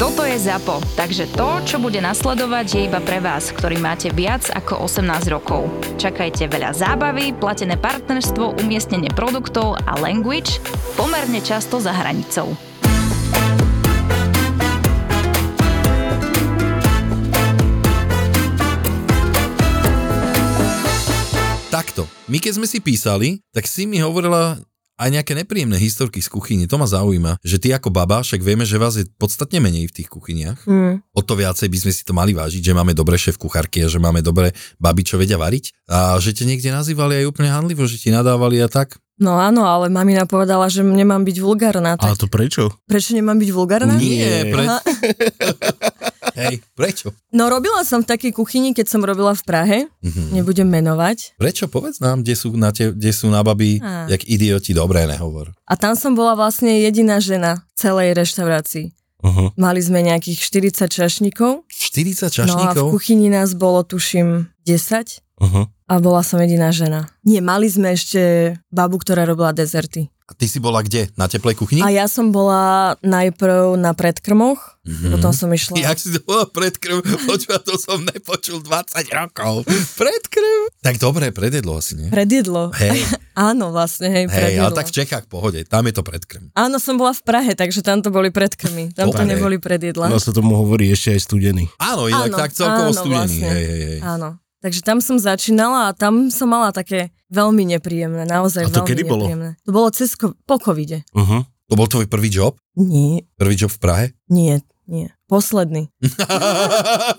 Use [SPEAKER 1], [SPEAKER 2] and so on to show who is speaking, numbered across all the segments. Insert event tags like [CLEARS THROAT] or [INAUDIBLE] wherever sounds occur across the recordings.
[SPEAKER 1] Toto je ZAPO, takže to, čo bude nasledovať, je iba pre vás, ktorý máte viac ako 18 rokov. Čakajte veľa zábavy, platené partnerstvo, umiestnenie produktov a language pomerne často za hranicou.
[SPEAKER 2] Takto, my keď sme si písali, tak si mi hovorila aj nejaké nepríjemné historky z kuchyne. To ma zaujíma, že ty ako baba, však vieme, že vás je podstatne menej v tých kuchyniach.
[SPEAKER 3] Mm.
[SPEAKER 2] O to viacej by sme si to mali vážiť, že máme dobré šéf kuchárky a že máme dobré baby, čo vedia variť. A že ťa niekde nazývali aj úplne handlivo, že ti nadávali a tak.
[SPEAKER 3] No áno, ale mamina povedala, že nemám byť vulgárna.
[SPEAKER 4] Ale
[SPEAKER 3] Tak
[SPEAKER 4] to prečo?
[SPEAKER 3] prečo nemám byť vulgárna?
[SPEAKER 2] Nie, pre...
[SPEAKER 3] Aha.
[SPEAKER 2] Hej, [LAUGHS] prečo?
[SPEAKER 3] No robila som v takej kuchyni, keď som robila v Prahe.
[SPEAKER 2] Mhm.
[SPEAKER 3] Nebudem menovať.
[SPEAKER 2] Prečo? Povedz nám, kde sú na, te, kde sú na babi,
[SPEAKER 3] Á.
[SPEAKER 2] jak idioti, dobré nehovor.
[SPEAKER 3] A tam som bola vlastne jediná žena v celej reštaurácii.
[SPEAKER 4] Aha.
[SPEAKER 3] Mali sme nejakých 40 čašníkov.
[SPEAKER 2] 40
[SPEAKER 3] No a v
[SPEAKER 2] čašníkov?
[SPEAKER 3] kuchyni nás bolo tuším 10
[SPEAKER 4] Aha.
[SPEAKER 3] a bola som jediná žena. Nie, mali sme ešte babu, ktorá robila dezerty.
[SPEAKER 2] a ty si bola kde? Na teplej kuchyni?
[SPEAKER 3] A ja som bola najprv na predkrmoch,
[SPEAKER 2] Mhm.
[SPEAKER 3] potom som išla...
[SPEAKER 2] Jak si to [LAUGHS] bola predkrv? Počúva, to som nepočul 20 rokov. Predkrv? Tak dobre, predjedlo asi, nie?
[SPEAKER 3] Predjedlo. [LAUGHS]
[SPEAKER 2] Hej,
[SPEAKER 3] Áno, vlastne, hej,
[SPEAKER 2] hej,
[SPEAKER 3] predjedlo.
[SPEAKER 2] ale tak v Čechách pohode, tam je to predkrm.
[SPEAKER 3] Áno, som bola v Prahe, takže tam to boli predkrmy. Tam to
[SPEAKER 2] Dobre.
[SPEAKER 3] neboli predjedla.
[SPEAKER 4] No sa tomu hovorí ešte aj studený.
[SPEAKER 2] Áno, inak
[SPEAKER 3] Áno,
[SPEAKER 2] tak celkovo
[SPEAKER 3] áno,
[SPEAKER 2] studený.
[SPEAKER 3] vlastne.
[SPEAKER 2] Hej, hej, hej.
[SPEAKER 3] Áno. Takže tam som začínala a tam som mala také veľmi nepríjemné, naozaj
[SPEAKER 4] A to
[SPEAKER 3] veľmi
[SPEAKER 4] kedy bolo?
[SPEAKER 3] nepríjemné. To bolo cez ko- po covide.
[SPEAKER 4] Uh-huh.
[SPEAKER 2] To bol tvoj prvý job?
[SPEAKER 3] Nie,
[SPEAKER 2] Prvý job v
[SPEAKER 3] [LAUGHS]
[SPEAKER 2] Prahe?
[SPEAKER 3] nie, nie. Posledný.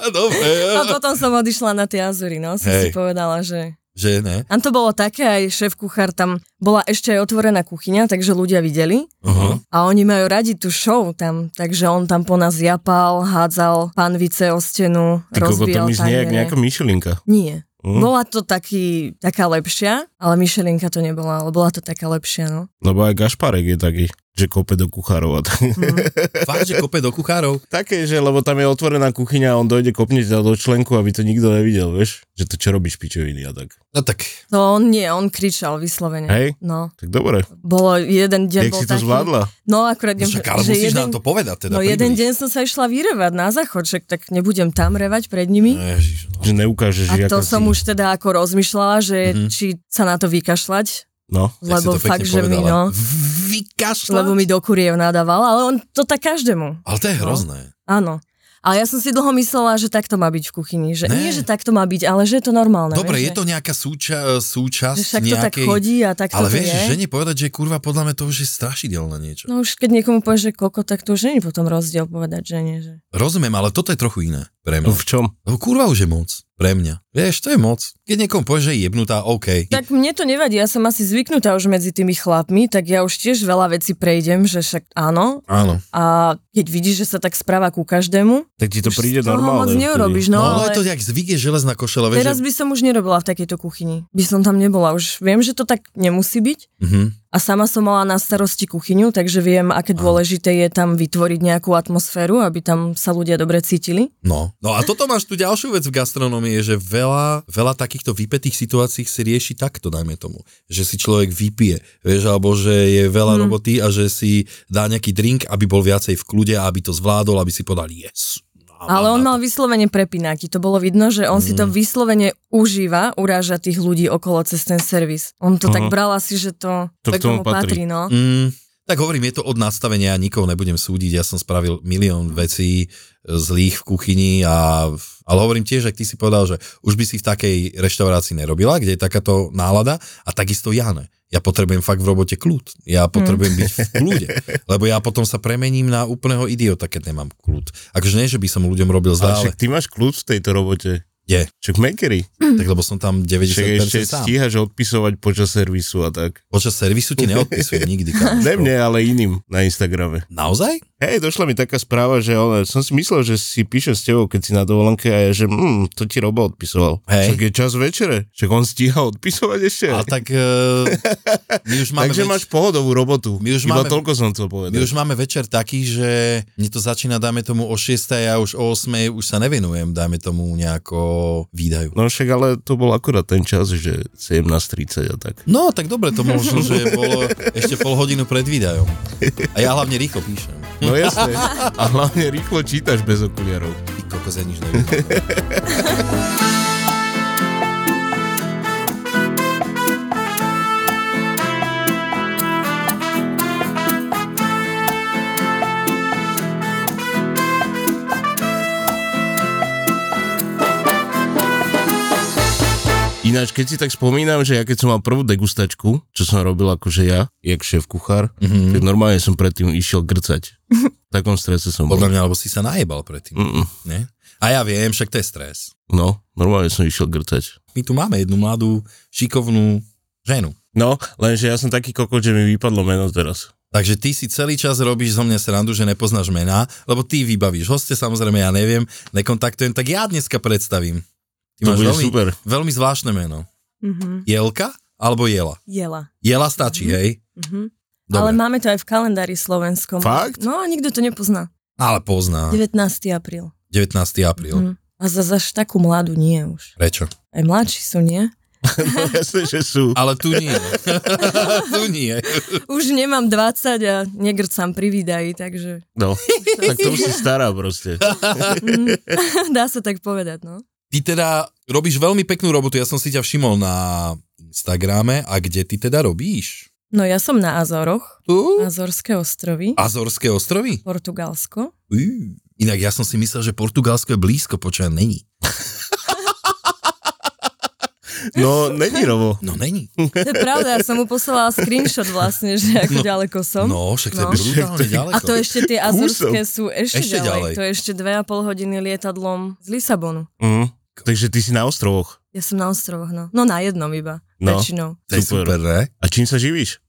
[SPEAKER 2] dobre.
[SPEAKER 3] A potom som odišla na tie Azury, no. Som si
[SPEAKER 2] Hej.
[SPEAKER 3] povedala, že...
[SPEAKER 2] Že ne?
[SPEAKER 3] A to bolo také, aj šéf kuchár tam bola ešte aj otvorená kuchyňa, takže ľudia videli.
[SPEAKER 2] Aha.
[SPEAKER 3] A oni majú radi tú show tam, takže on tam po nás japal, hádzal panvice o stenu,
[SPEAKER 4] Ty koko, to
[SPEAKER 3] rozbíjal
[SPEAKER 4] mi znie jak
[SPEAKER 3] taniere.
[SPEAKER 4] nejaká myšelinka.
[SPEAKER 3] Nie.
[SPEAKER 4] Hm?
[SPEAKER 3] Bola to taký, taká lepšia, ale Michelinka to nebola, ale bola to taká lepšia, no.
[SPEAKER 4] Lebo aj Gašparek je taký, že kope do kuchárov. A tak.
[SPEAKER 2] Fakt, že kope do kuchárov?
[SPEAKER 4] [LAUGHS] Také, že lebo tam je otvorená kuchyňa a on dojde kopne ťa do členku, aby to nikto nevidel, vieš? Že to čo robíš, pičoviny a tak.
[SPEAKER 2] No tak,
[SPEAKER 3] No on nie, on kričal vyslovene.
[SPEAKER 4] Hej.
[SPEAKER 3] No,
[SPEAKER 4] Tak dobre.
[SPEAKER 3] bolo jeden deň
[SPEAKER 4] Jak
[SPEAKER 3] bol
[SPEAKER 4] si to
[SPEAKER 3] taký,
[SPEAKER 4] zvládla?
[SPEAKER 3] No akurát,
[SPEAKER 2] no
[SPEAKER 3] idem-
[SPEAKER 2] však, ale
[SPEAKER 3] že
[SPEAKER 2] musíš
[SPEAKER 3] jeden,
[SPEAKER 2] nám to povedať teda.
[SPEAKER 3] No jeden
[SPEAKER 2] približ.
[SPEAKER 3] deň som sa išla vyrevať na záchod, však tak nebudem tam revať pred nimi.
[SPEAKER 2] Ježiš, no.
[SPEAKER 4] Že neukážeš,
[SPEAKER 3] A
[SPEAKER 4] ako
[SPEAKER 3] to som
[SPEAKER 4] si...
[SPEAKER 3] už teda ako rozmýšľala, že
[SPEAKER 2] Mhm.
[SPEAKER 3] či sa na to vykašľať,
[SPEAKER 4] No.
[SPEAKER 2] Jak si
[SPEAKER 3] lebo
[SPEAKER 2] to pekne
[SPEAKER 3] fakt, že mi,
[SPEAKER 2] povedala.
[SPEAKER 3] no,
[SPEAKER 2] Vykašľať?
[SPEAKER 3] lebo mi do kuriev nadával, ale on to tak každému.
[SPEAKER 2] Ale to je
[SPEAKER 3] No.
[SPEAKER 2] hrozné.
[SPEAKER 3] Áno. Ale ja som si dlho myslela, že takto má byť v kuchyni. Že, nie,
[SPEAKER 2] Ne.
[SPEAKER 3] že takto má byť, ale No, že je to normálne.
[SPEAKER 2] Dobre,
[SPEAKER 3] vieš,
[SPEAKER 2] je to nejaká súča,
[SPEAKER 3] že, že
[SPEAKER 2] súčasť
[SPEAKER 3] však to tak
[SPEAKER 2] nejakej...
[SPEAKER 3] chodí a tak to
[SPEAKER 2] ale vieš,
[SPEAKER 3] je.
[SPEAKER 2] že žene povedať, že kurva, podľa mňa to už je strašidelné niečo.
[SPEAKER 3] No už keď niekomu povieš, že koko, tak to už není potom rozdiel povedať, že nie. Že...
[SPEAKER 2] Rozumiem, ale toto je trochu iné pre
[SPEAKER 4] No
[SPEAKER 2] mňa.
[SPEAKER 4] v čom?
[SPEAKER 2] Lebo kurva už je moc pre mňa. Vieš, to je moc. Keď niekomu povieš, že je jebnutá, OK.
[SPEAKER 3] Tak mne to nevadí, ja som asi zvyknutá už medzi tými chlapmi, tak ja už tiež veľa vecí prejdem, že však áno.
[SPEAKER 2] Áno.
[SPEAKER 3] A keď vidíš, že sa tak správa ku každému,
[SPEAKER 4] Tak ti to
[SPEAKER 3] už
[SPEAKER 4] príde
[SPEAKER 3] z toho
[SPEAKER 4] normálne.
[SPEAKER 3] moc
[SPEAKER 4] vtedy.
[SPEAKER 3] neurobíš.
[SPEAKER 2] No,
[SPEAKER 3] No,
[SPEAKER 2] ale,
[SPEAKER 3] ale
[SPEAKER 2] je to jak zvyk je železná košela, vieš,
[SPEAKER 3] teraz
[SPEAKER 2] že...
[SPEAKER 3] by som už nerobila v takejto kuchyni. By som tam nebola. Už viem, že to tak nemusí byť,
[SPEAKER 2] Mhm.
[SPEAKER 3] A sama som mala na starosti kuchyňu, takže viem, aké
[SPEAKER 2] Aha.
[SPEAKER 3] dôležité je tam vytvoriť nejakú atmosféru, aby tam sa ľudia dobre cítili.
[SPEAKER 2] No. no a toto máš tu ďalšiu vec v gastronomii, je, že veľa, veľa takýchto vypetých situácií si rieši takto, dajme tomu. Že si človek vypije, vieš, alebo že je
[SPEAKER 3] Mm.
[SPEAKER 2] veľa roboty a že si dá nejaký drink, aby bol viacej v kľude a aby to zvládol, aby si podal yes. no, A
[SPEAKER 3] Ale on
[SPEAKER 2] na
[SPEAKER 3] mal vyslovene prepináky, to bolo vidno, že on si to
[SPEAKER 4] Mhm.
[SPEAKER 2] Mm.
[SPEAKER 3] vyslovene užíva, uráža tých ľudí okolo cez ten servis. On to tak
[SPEAKER 4] Mhm.
[SPEAKER 3] bral asi, že to,
[SPEAKER 4] To k tomu patrí.
[SPEAKER 3] no.
[SPEAKER 2] Mm, tak hovorím, je to od nastavenia, nikoho nebudem súdiť, ja som spravil milión vecí e, zlých v kuchyni a ale hovorím tiež, ak ty si povedal, že už by si v takej reštaurácii nerobila, kde je takáto nálada a takisto ja ne. Ja potrebujem fakt v robote kľud. Ja potrebujem byť v kľude, lebo ja potom sa premením na úplného idiota, keď nemám kľud. Akože nie, že by som ľuďom robil
[SPEAKER 4] Ale [CLEARS THROAT]
[SPEAKER 2] zle, ale
[SPEAKER 4] však ty máš kľúč v tejto robote.
[SPEAKER 2] Je.
[SPEAKER 4] Čak Makery.
[SPEAKER 2] Tak lebo som tam 90%
[SPEAKER 4] Však ešte
[SPEAKER 2] sám.
[SPEAKER 4] stíhaš odpisovať počas servisu a tak.
[SPEAKER 2] Počas servisu ti neodpisujem nikdy.
[SPEAKER 4] [LAUGHS]
[SPEAKER 2] kamoško.
[SPEAKER 4] Ne mne, ale iným na Instagrame. [LAUGHS]
[SPEAKER 2] Naozaj?
[SPEAKER 4] Hej, došla mi taká správa, že ona, som si myslel, že si píše s tebou, keď si na dovolenke a ja, že mm, to ti Robo odpisoval.
[SPEAKER 2] Hej.
[SPEAKER 4] Však je čas večere, však on stíha odpisovať ešte.
[SPEAKER 2] A tak uh, my už máme
[SPEAKER 4] Takže
[SPEAKER 2] več-
[SPEAKER 4] máš pohodovú robotu.
[SPEAKER 2] My už
[SPEAKER 4] Iba
[SPEAKER 2] máme-
[SPEAKER 4] toľko som
[SPEAKER 2] My
[SPEAKER 4] chcel povedať.
[SPEAKER 2] už máme večer taký, že mne to začína, dáme tomu o 6 a ja už o 8 už sa nevenujem, dáme tomu nejako výdaju.
[SPEAKER 4] No však ale to bol akurát ten čas, že 17.30 a tak.
[SPEAKER 2] No, tak dobre to možno, že bolo ešte pol hodinu pred výdajom. A ja hlavne rýchlo píšem.
[SPEAKER 4] No [LAUGHS] jasné. A hlavne rýchlo čítaš bez okuliarov.
[SPEAKER 2] Ty kokos, ja nič neviem.
[SPEAKER 4] Ináč, keď si tak spomínam, že ja keď som mal prvú degustačku, čo som robil akože ja, jak šéf kuchár,
[SPEAKER 2] Mhm.
[SPEAKER 4] mm-hmm. tak normálne som predtým išiel grcať. V takom strese som bol.
[SPEAKER 2] Podľa mňa, lebo si sa najebal predtým,
[SPEAKER 4] Mm-mm.
[SPEAKER 2] ne? A ja viem, však to je stres.
[SPEAKER 4] No, normálne som išiel grcať.
[SPEAKER 2] My tu máme jednu mladú, šikovnú ženu.
[SPEAKER 4] No, lenže ja som taký kokot, že mi vypadlo meno teraz.
[SPEAKER 2] Takže ty si celý čas robíš zo mňa srandu, že nepoznáš mená, lebo ty vybavíš hoste, samozrejme, ja neviem, nekontaktujem, tak ja dneska predstavím. Ty
[SPEAKER 4] To
[SPEAKER 2] máš
[SPEAKER 4] bude
[SPEAKER 2] veľmi, [LAUGHS]
[SPEAKER 4] super.
[SPEAKER 2] veľmi zvláštne meno.
[SPEAKER 3] Mhm.
[SPEAKER 2] Jelka alebo Jela?
[SPEAKER 3] Jela.
[SPEAKER 2] Jela stačí, hej?
[SPEAKER 3] Mhm. Ale
[SPEAKER 2] Dobre. Ale,
[SPEAKER 3] máme to aj v kalendári slovenskom.
[SPEAKER 4] Fakt?
[SPEAKER 3] No a nikto to nepozná.
[SPEAKER 2] pozná.
[SPEAKER 3] 19. apríl.
[SPEAKER 2] 19. apríl.
[SPEAKER 3] Mhm. A za až takú mladú nie už.
[SPEAKER 2] Prečo?
[SPEAKER 3] Aj mladší sú,
[SPEAKER 4] [LAUGHS]
[SPEAKER 3] nie?
[SPEAKER 4] No jasne, že sú.
[SPEAKER 2] Ale tu
[SPEAKER 3] [LAUGHS]
[SPEAKER 2] nie. tu nie.
[SPEAKER 3] Už nemám 20 a negrcam pri výdaji, takže [LAUGHS]
[SPEAKER 4] No, tak to už si stará proste.
[SPEAKER 3] dá sa tak povedať, no.
[SPEAKER 2] Ty teda robíš veľmi peknú robotu, ja som si ťa všimol na Instagrame. A kde ty teda robíš?
[SPEAKER 3] No ja som na Azoroch,
[SPEAKER 2] Tu?
[SPEAKER 3] Azorské ostrovy,
[SPEAKER 2] Azorské ostrovy?
[SPEAKER 3] Portugalsko.
[SPEAKER 2] Ujú. Inak ja som si myslel, že Portugalsko je blízko, počia není.
[SPEAKER 4] No, není rovo.
[SPEAKER 2] No není.
[SPEAKER 3] To je pravda, ja som mu poslala screenshot vlastne, že ako ďaleko som.
[SPEAKER 2] No, však to je
[SPEAKER 3] No.
[SPEAKER 2] brutálne ďaleko.
[SPEAKER 3] A to ešte tie Azorské sú ešte,
[SPEAKER 2] Ešte ďalej.
[SPEAKER 3] ďalej. To je ešte dve a pol hodiny lietadlom z Lisabonu.
[SPEAKER 2] Mhm.
[SPEAKER 4] Mm. Takže ty si na ostrovoch.
[SPEAKER 3] Ja som na ostrovoch, no. No na jednom iba,
[SPEAKER 4] No.
[SPEAKER 3] no. väčšinou.
[SPEAKER 2] To je super, ne?
[SPEAKER 4] A čím sa živíš?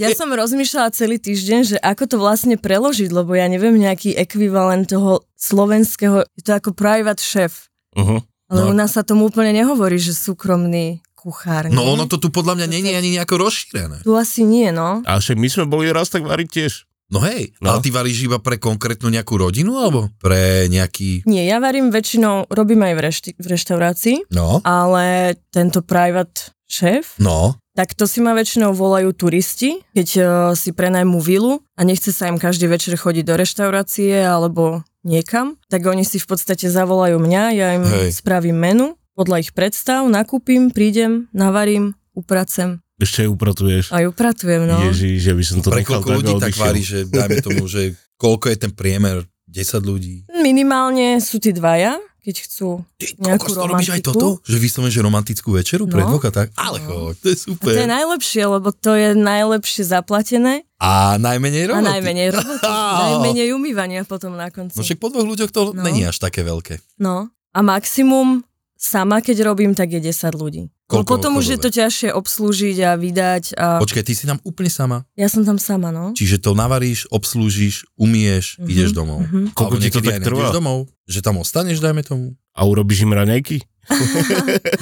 [SPEAKER 3] Ja som rozmýšľala celý týždeň, že ako to vlastne preložiť, lebo ja neviem nejaký ekvivalent toho slovenského, je to ako private chef.
[SPEAKER 4] Uh-huh.
[SPEAKER 3] Ale no.
[SPEAKER 2] No.
[SPEAKER 3] u nás sa tomu úplne nehovorí, že súkromný kuchár.
[SPEAKER 2] No
[SPEAKER 3] nie?
[SPEAKER 2] ono to tu podľa mňa není ani nejako rozšírené.
[SPEAKER 3] Tu asi nie, no.
[SPEAKER 4] A však my sme boli raz tak variť tiež.
[SPEAKER 2] No hej, no.
[SPEAKER 4] No.
[SPEAKER 2] ale ty varíš iba pre konkrétnu nejakú rodinu alebo pre nejaký...
[SPEAKER 3] Nie, ja varím väčšinou, robím aj v, rešti- v reštaurácii,
[SPEAKER 2] No,
[SPEAKER 3] ale tento private šéf,
[SPEAKER 2] no,
[SPEAKER 3] tak to si ma väčšinou volajú turisti, keď eh, si prenajmú vilu a nechce sa im každý večer chodiť do reštaurácie alebo niekam, tak oni si v podstate zavolajú mňa, ja im
[SPEAKER 2] Hej.
[SPEAKER 3] Hej. spravím menu, podľa ich predstav, nakúpim, prídem, navarím, upracem
[SPEAKER 4] Ešte ju upratuješ.
[SPEAKER 3] a upratujem, no.
[SPEAKER 4] Ježiš, ja by som to
[SPEAKER 2] pre
[SPEAKER 4] nechal
[SPEAKER 2] koľko ľudí
[SPEAKER 4] a
[SPEAKER 2] tak
[SPEAKER 4] odišiel.
[SPEAKER 2] varíš, že dajme tomu, že koľko je ten priemer? 10 ľudí?
[SPEAKER 3] Minimálne sú tí dvaja, keď chcú
[SPEAKER 2] Ty,
[SPEAKER 3] Nejakú
[SPEAKER 2] kokos, to robíš aj
[SPEAKER 3] romantiku?
[SPEAKER 2] toto? Že vyslovene, že romantickú večeru pre
[SPEAKER 3] No.
[SPEAKER 2] dvoch a tak? Ale
[SPEAKER 3] No.
[SPEAKER 2] choď, to je
[SPEAKER 3] A to je
[SPEAKER 2] super.
[SPEAKER 3] najlepšie, lebo to je najlepšie zaplatené
[SPEAKER 2] A
[SPEAKER 3] a
[SPEAKER 2] najmenej roboty.
[SPEAKER 3] najmenej roboty, najmenej umývania potom na konci.
[SPEAKER 2] No však po dvoch ľuďoch to
[SPEAKER 3] No.
[SPEAKER 2] není až také veľké.
[SPEAKER 3] No. A maximum sama, keď robím, tak je 10 ľudí.
[SPEAKER 2] Koľko
[SPEAKER 3] no potom už je to ťažšie obslúžiť a vydať a
[SPEAKER 2] Počkaj, ty si tam úplne sama.
[SPEAKER 3] ja som tam sama, no.
[SPEAKER 2] Čiže to navaríš, obslúžiš, umieš,
[SPEAKER 3] Mhm,
[SPEAKER 2] ideš domov.
[SPEAKER 3] mhm.
[SPEAKER 2] Alebo
[SPEAKER 4] Koľko ti to
[SPEAKER 2] niekedy
[SPEAKER 4] tak
[SPEAKER 2] aj nejdeš
[SPEAKER 4] trvá?
[SPEAKER 2] domov, že tam ostaneš, dajme tomu.
[SPEAKER 4] A urobíš im raňajky?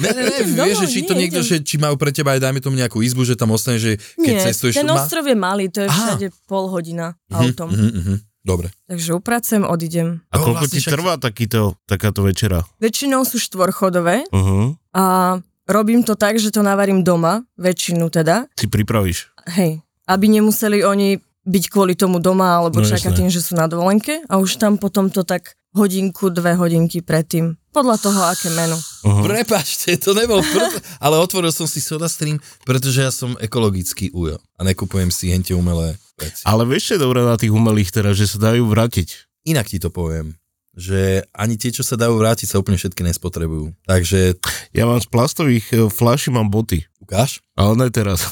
[SPEAKER 2] Ne, ne, ne,
[SPEAKER 3] Idem
[SPEAKER 2] vieš,
[SPEAKER 3] domov,
[SPEAKER 2] že či
[SPEAKER 3] nie,
[SPEAKER 2] to niekto,
[SPEAKER 3] idem.
[SPEAKER 2] že či majú pre teba aj dajme tomu nejakú izbu, že tam ostane, že keď
[SPEAKER 3] Nie,
[SPEAKER 2] cestuješ...
[SPEAKER 3] ten
[SPEAKER 2] má-
[SPEAKER 3] ostrov je malý, to je
[SPEAKER 2] Aha.
[SPEAKER 3] všade pol hodina
[SPEAKER 2] Mhm,
[SPEAKER 3] autom.
[SPEAKER 2] mhm, mhm. Dobre.
[SPEAKER 3] Takže upracem, odídem.
[SPEAKER 4] A
[SPEAKER 2] No,
[SPEAKER 4] koľko
[SPEAKER 2] vlastne
[SPEAKER 4] ti
[SPEAKER 2] však-
[SPEAKER 4] trvá takýto, takáto večera?
[SPEAKER 3] Väčšinou sú štvorchodové
[SPEAKER 2] Mhm.
[SPEAKER 4] Uh-huh.
[SPEAKER 3] a robím to tak, že to navarím doma, väčšinu teda.
[SPEAKER 4] Si pripravíš.
[SPEAKER 3] Hej, aby nemuseli oni byť kvôli tomu doma alebo
[SPEAKER 4] No,
[SPEAKER 3] no, čakať
[SPEAKER 4] jasné.
[SPEAKER 3] tým, že sú na dovolenke a už tam potom to tak hodinku, dve hodinky predtým. Podľa toho, aké menu.
[SPEAKER 2] Mhm.
[SPEAKER 4] Uh-huh.
[SPEAKER 2] Prepačte, to nebol prv... ale otvoril som si soda stream, pretože ja som ekologický ujo a nekupujem si hente umelé veci. A...
[SPEAKER 4] Ale vieš, čo je dobré na tých umelých teraz, že sa dajú vrátiť.
[SPEAKER 2] Inak ti to poviem, že ani tie, čo sa dajú vrátiť, sa úplne všetky nespotrebujú. Takže
[SPEAKER 4] Ja mám z plastových e, fľaší mám boty.
[SPEAKER 2] ukáž?
[SPEAKER 4] Ale ne teraz.